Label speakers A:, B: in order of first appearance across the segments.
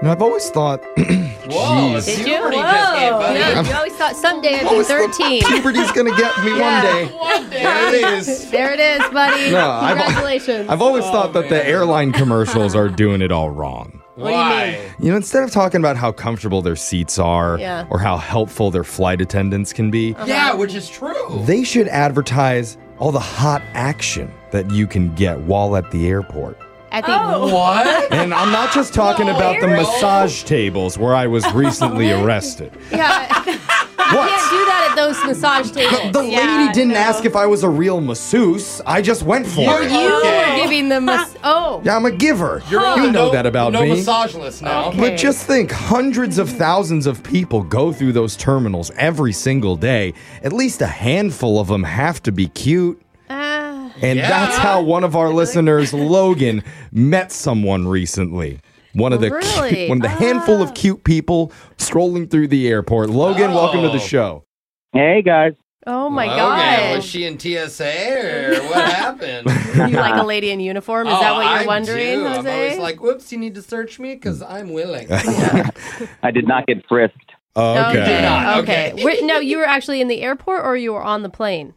A: No, I've always thought.
B: Whoa,
A: Jeez.
C: Did you?
B: puberty
C: Whoa.
B: just hit, buddy.
C: No, you always thought someday I'd be
A: always thought
C: 13.
A: Puberty's gonna get me
C: Yeah.
A: one day.
B: One day.
A: There it is.
C: There it is, buddy.
A: No, I've-
C: Congratulations.
A: I've always thought that the
B: man.
A: airline commercials are doing it all wrong.
C: do you
B: Why?
A: You know, instead of talking about how comfortable their seats are
C: Yeah.
A: or how helpful their flight attendants can be,
B: Yeah, which is true.
A: they should advertise all the hot action that you can get while at the airport.
C: I think
B: Oh. What?
A: And I'm not just talking about the
C: Really?
A: massage tables where I was recently arrested.
C: yeah, you can't
A: What?
C: do that at those massage tables.
A: The lady
C: Yeah,
A: didn't
C: no.
A: ask if I was a real masseuse. I just went for
B: You're
A: it.
C: You
B: Okay.
C: were giving them a oh.
A: Yeah, I'm a giver.
B: on
A: you
B: the
A: know
B: no-
A: that about
B: no
A: me.
B: misogynist now.
C: Okay.
A: But just think hundreds of thousands of people go through those terminals every single day. At least a handful of them have to be cute.
C: Ah.
A: And
B: Yeah.
A: that's how one of our listeners, Logan, met someone recently. One of the
C: Really?
A: cute, one of the handful of cute people strolling through the airport. Logan, welcome to the
B: Oh.
A: show.
D: Hey guys.
C: Oh my
B: Logan, was
C: gosh.
B: she in TSA or what happened? Is
C: you like a lady in uniform? Is that what you're
B: Oh, I
C: wondering,
B: do. I'm
C: Jose?
B: always like, whoops, you need to search me because I'm willing.
D: I did not get frisked.
A: Okay.
B: you did not.
C: Okay.
B: Okay.
C: Wait, no, you were actually in the airport or you were on the plane?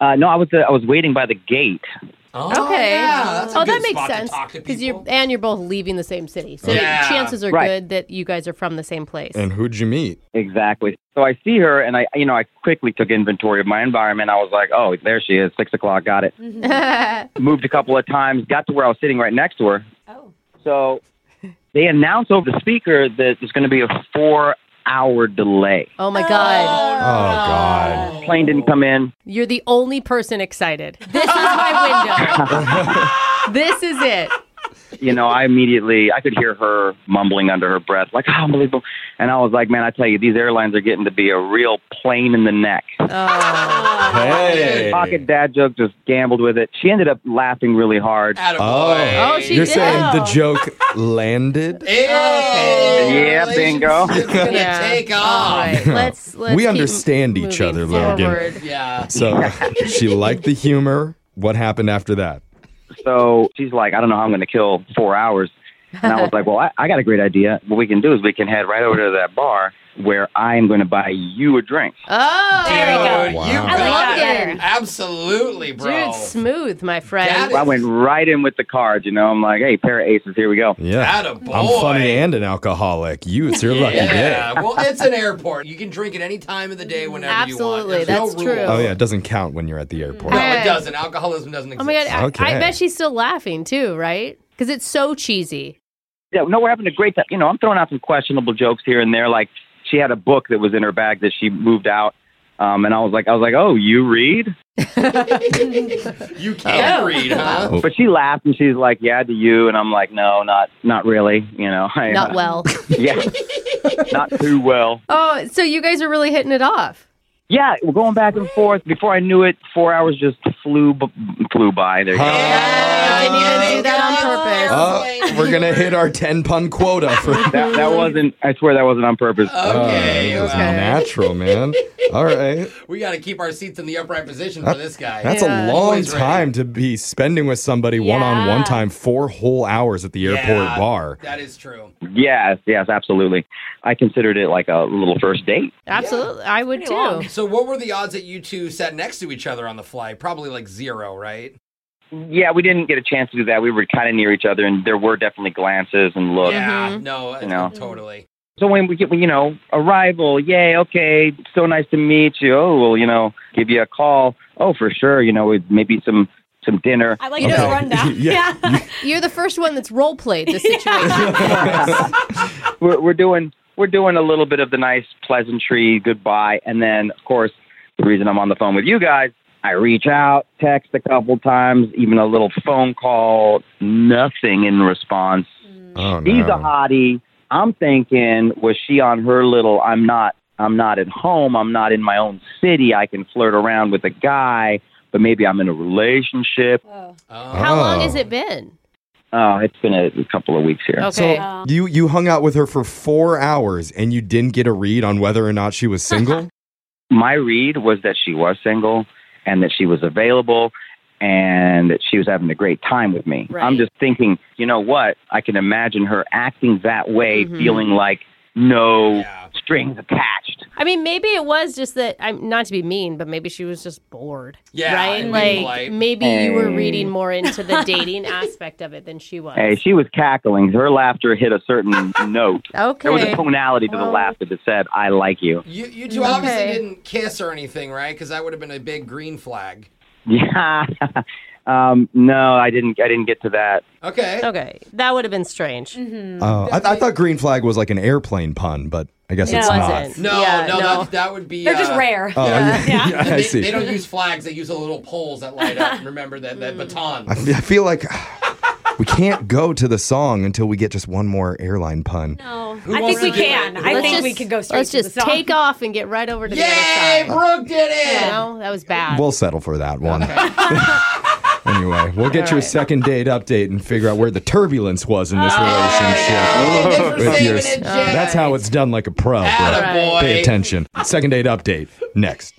D: Uh, no, I was uh, I was waiting by the gate.
B: Oh,
C: Okay.
B: yeah, that's a
C: oh,
B: good
C: that makes
B: spot to
C: sense.
B: talk to
C: you're
B: people.
C: and you're both leaving the same city, so
B: Yeah.
C: chances are
D: Right.
C: good that you guys are from the same place.
A: And who'd you meet?
D: Exactly. So I see her, and I you know I quickly took inventory of my environment. I was like, oh, there she is, six o'clock, got it. Moved a couple of times, got to where I was sitting right next to her.
C: oh.
D: So they announced over the speaker that there's going to be a four hour delay.
C: Oh my God.
A: Oh, God.
D: Plane didn't come in.
C: You're the only person excited. This is my window. this is it.
D: You know, I immediately I could hear her mumbling under her breath, like oh, unbelievable. And I was like, man, I tell you, these airlines are getting to be a real plane in the neck.
C: Oh.
A: Hey.
D: pocket dad joke, just gambled with it. She ended up laughing really hard.
B: Attaboy.
A: Oh.
C: Oh, she
A: You're
C: did.
A: saying the joke landed?
B: Hey,
C: Okay.
D: Yeah, bingo.
B: It's gonna
C: Yeah.
B: take
C: All
B: off.
C: right. Let's, let's
A: We
C: keep
A: understand each
C: moving
A: other, Logan.
C: forward.
B: Yeah.
A: So she liked the humor. What happened after that?
D: So she's like, I don't know how I'm going to kill four hours. And I was like, well, I, I got a great idea. What we can do is we can head right over to that bar where I'm going to buy you a drink.
C: Oh, there we go.
B: Dude,
A: Wow.
B: You
A: I like
B: got
C: that
B: it.
C: better.
B: Absolutely, bro.
C: Dude, smooth, my friend.
B: That is-
D: So I went right in with the card, you know. I'm like, hey, pair of aces, here we go.
A: Yeah.
B: Attaboy.
A: I'm funny and an alcoholic. You, it's your lucky day.
B: Yeah, well, it's an airport. You can drink at any time of the day whenever
C: Absolutely,
B: you want. There's
C: that's
B: no
C: true.
B: rules.
A: Oh, yeah. It doesn't count when you're at the airport.
B: No, it
C: Hey.
B: doesn't. Alcoholism doesn't
C: Oh
B: exist.
C: my god! I,
A: Okay.
C: I bet she's still laughing too, right? Because it's so cheesy.
D: Yeah, no, we're having a great time. You know, I'm throwing out some questionable jokes here and there. Like, she had a book that was in her bag that she moved out. Um, and I was like, I was like, oh, you read?
B: You can't read, huh?
D: But she laughed and she's like, yeah, do you? And I'm like, no, not, not really. You know, I,
C: Not well.
D: Yeah, not too well.
C: oh, so you guys are really hitting it off.
D: Yeah, we're going back and forth. Before I knew it, four hours just flew b- flew by. There you go.
C: I didn't even do that on purpose.
A: Uh, we're going to hit our 10 pun quota for
D: That, that wasn't. I swear that wasn't on purpose.
A: Oh.
B: Okay,
A: It was
B: well,
A: natural, man. All right.
B: we got to keep our seats in the upright position for this guy.
A: That's a
C: Yeah.
A: long
B: Always ready.
A: time to be spending with somebody one on one
C: Yeah.
A: time, four whole hours at the airport
B: Yeah,
A: bar.
B: That is true.
D: Yes, yes, absolutely. I considered it like a little first date.
C: Absolutely, I would too.
B: So, what were the odds that you two sat next to each other on the flight? Probably like zero, right?
D: Yeah, we didn't get a chance to do that. We were kind of near each other, and there were definitely glances and looks.
B: Yeah,
C: Mm-hmm.
B: no, uh,
D: No.
B: totally.
D: So when we get, you know, arrival, yay, okay, so nice to meet you. Oh, well, you know, give you a call. Oh, for sure, you know, with maybe some some dinner.
E: I like to run down.
A: Yeah.
C: You're the first one that's role played the
A: Oh,
C: situation.
D: we're, we're doing we're doing a little bit of the nice pleasantry goodbye, and then of course the reason I'm on the phone with you guys, I reach out, text a couple times, even a little phone call, nothing in response.
A: Oh,
D: She's a
A: no.
D: hottie. I'm thinking, was she on her little? I'm not. I'm not at home. I'm not in my own city. I can flirt around with a guy, but maybe I'm in a relationship.
B: Um,
C: How long
A: Oh.
C: has it been?
D: Oh, it's been a, couple of weeks here.
C: Okay.
A: You you hung out with her for four hours and you didn't get a read on whether or not she was single.
D: my read was that she was single and that she was available and that she was having a great time with me.
C: Right.
D: I'm just thinking, you know what? I can imagine her acting that way,
C: Mhm.
D: feeling like no
B: Oh, Yeah.
D: strings attached.
C: I mean, maybe it was just that I'm not to be mean, but maybe she was just bored.
B: Yeah,
C: right.
B: and
C: Like
B: being polite.
C: maybe you were
D: Hey.
C: reading more into the dating aspect of it than she was.
D: Hey, she was cackling. Her laughter hit a certain note. There was a
C: okay.
D: tonality to the
C: Well-
D: laughter that said, I like you.
B: You, you two
E: Mm-hmm.
B: obviously
C: Okay.
B: didn't kiss or anything, right? Because that would have been a big green flag.
D: Yeah. um, no, I didn't I didn't get to that.
B: Okay.
E: Oh,
C: Okay, that would have been strange.
E: Mm-hmm.
A: Oh, I, I thought green flag was like an airplane pun, but I guess
E: No.
A: it's
C: It
A: not.
C: wasn't.
B: No,
C: Yeah,
B: no,
C: no.
B: That, that would be.
E: They're just
B: uh,
E: rare.
A: Oh, yeah.
E: Yeah.
A: yeah, I
B: They,
A: see.
B: they don't use flags. They use the little poles that light up. Remember that
E: Mm.
B: that baton.
A: I fe- I feel like we can't go to the song until we get just one more airline pun.
E: No.
B: Who
E: I think
B: wants
E: we
B: to do it?
E: can. I
B: Let's
E: think
B: just-
E: we can go straight
C: Let's
E: to the
C: just
E: song.
C: take off and get right over to the
B: Yay!
C: other side.
B: Brooke did
C: You
B: it.
C: know, that was bad.
A: We'll settle for that one. anyway, we'll get you a second date update and figure out where the turbulence was in this
B: yeah.
A: relationship.
B: Thank you for saving
A: yours.
B: it, Jay.
A: That's how it's done like a pro. bro.
B: Attaboy.
A: Pay attention. Second date update next.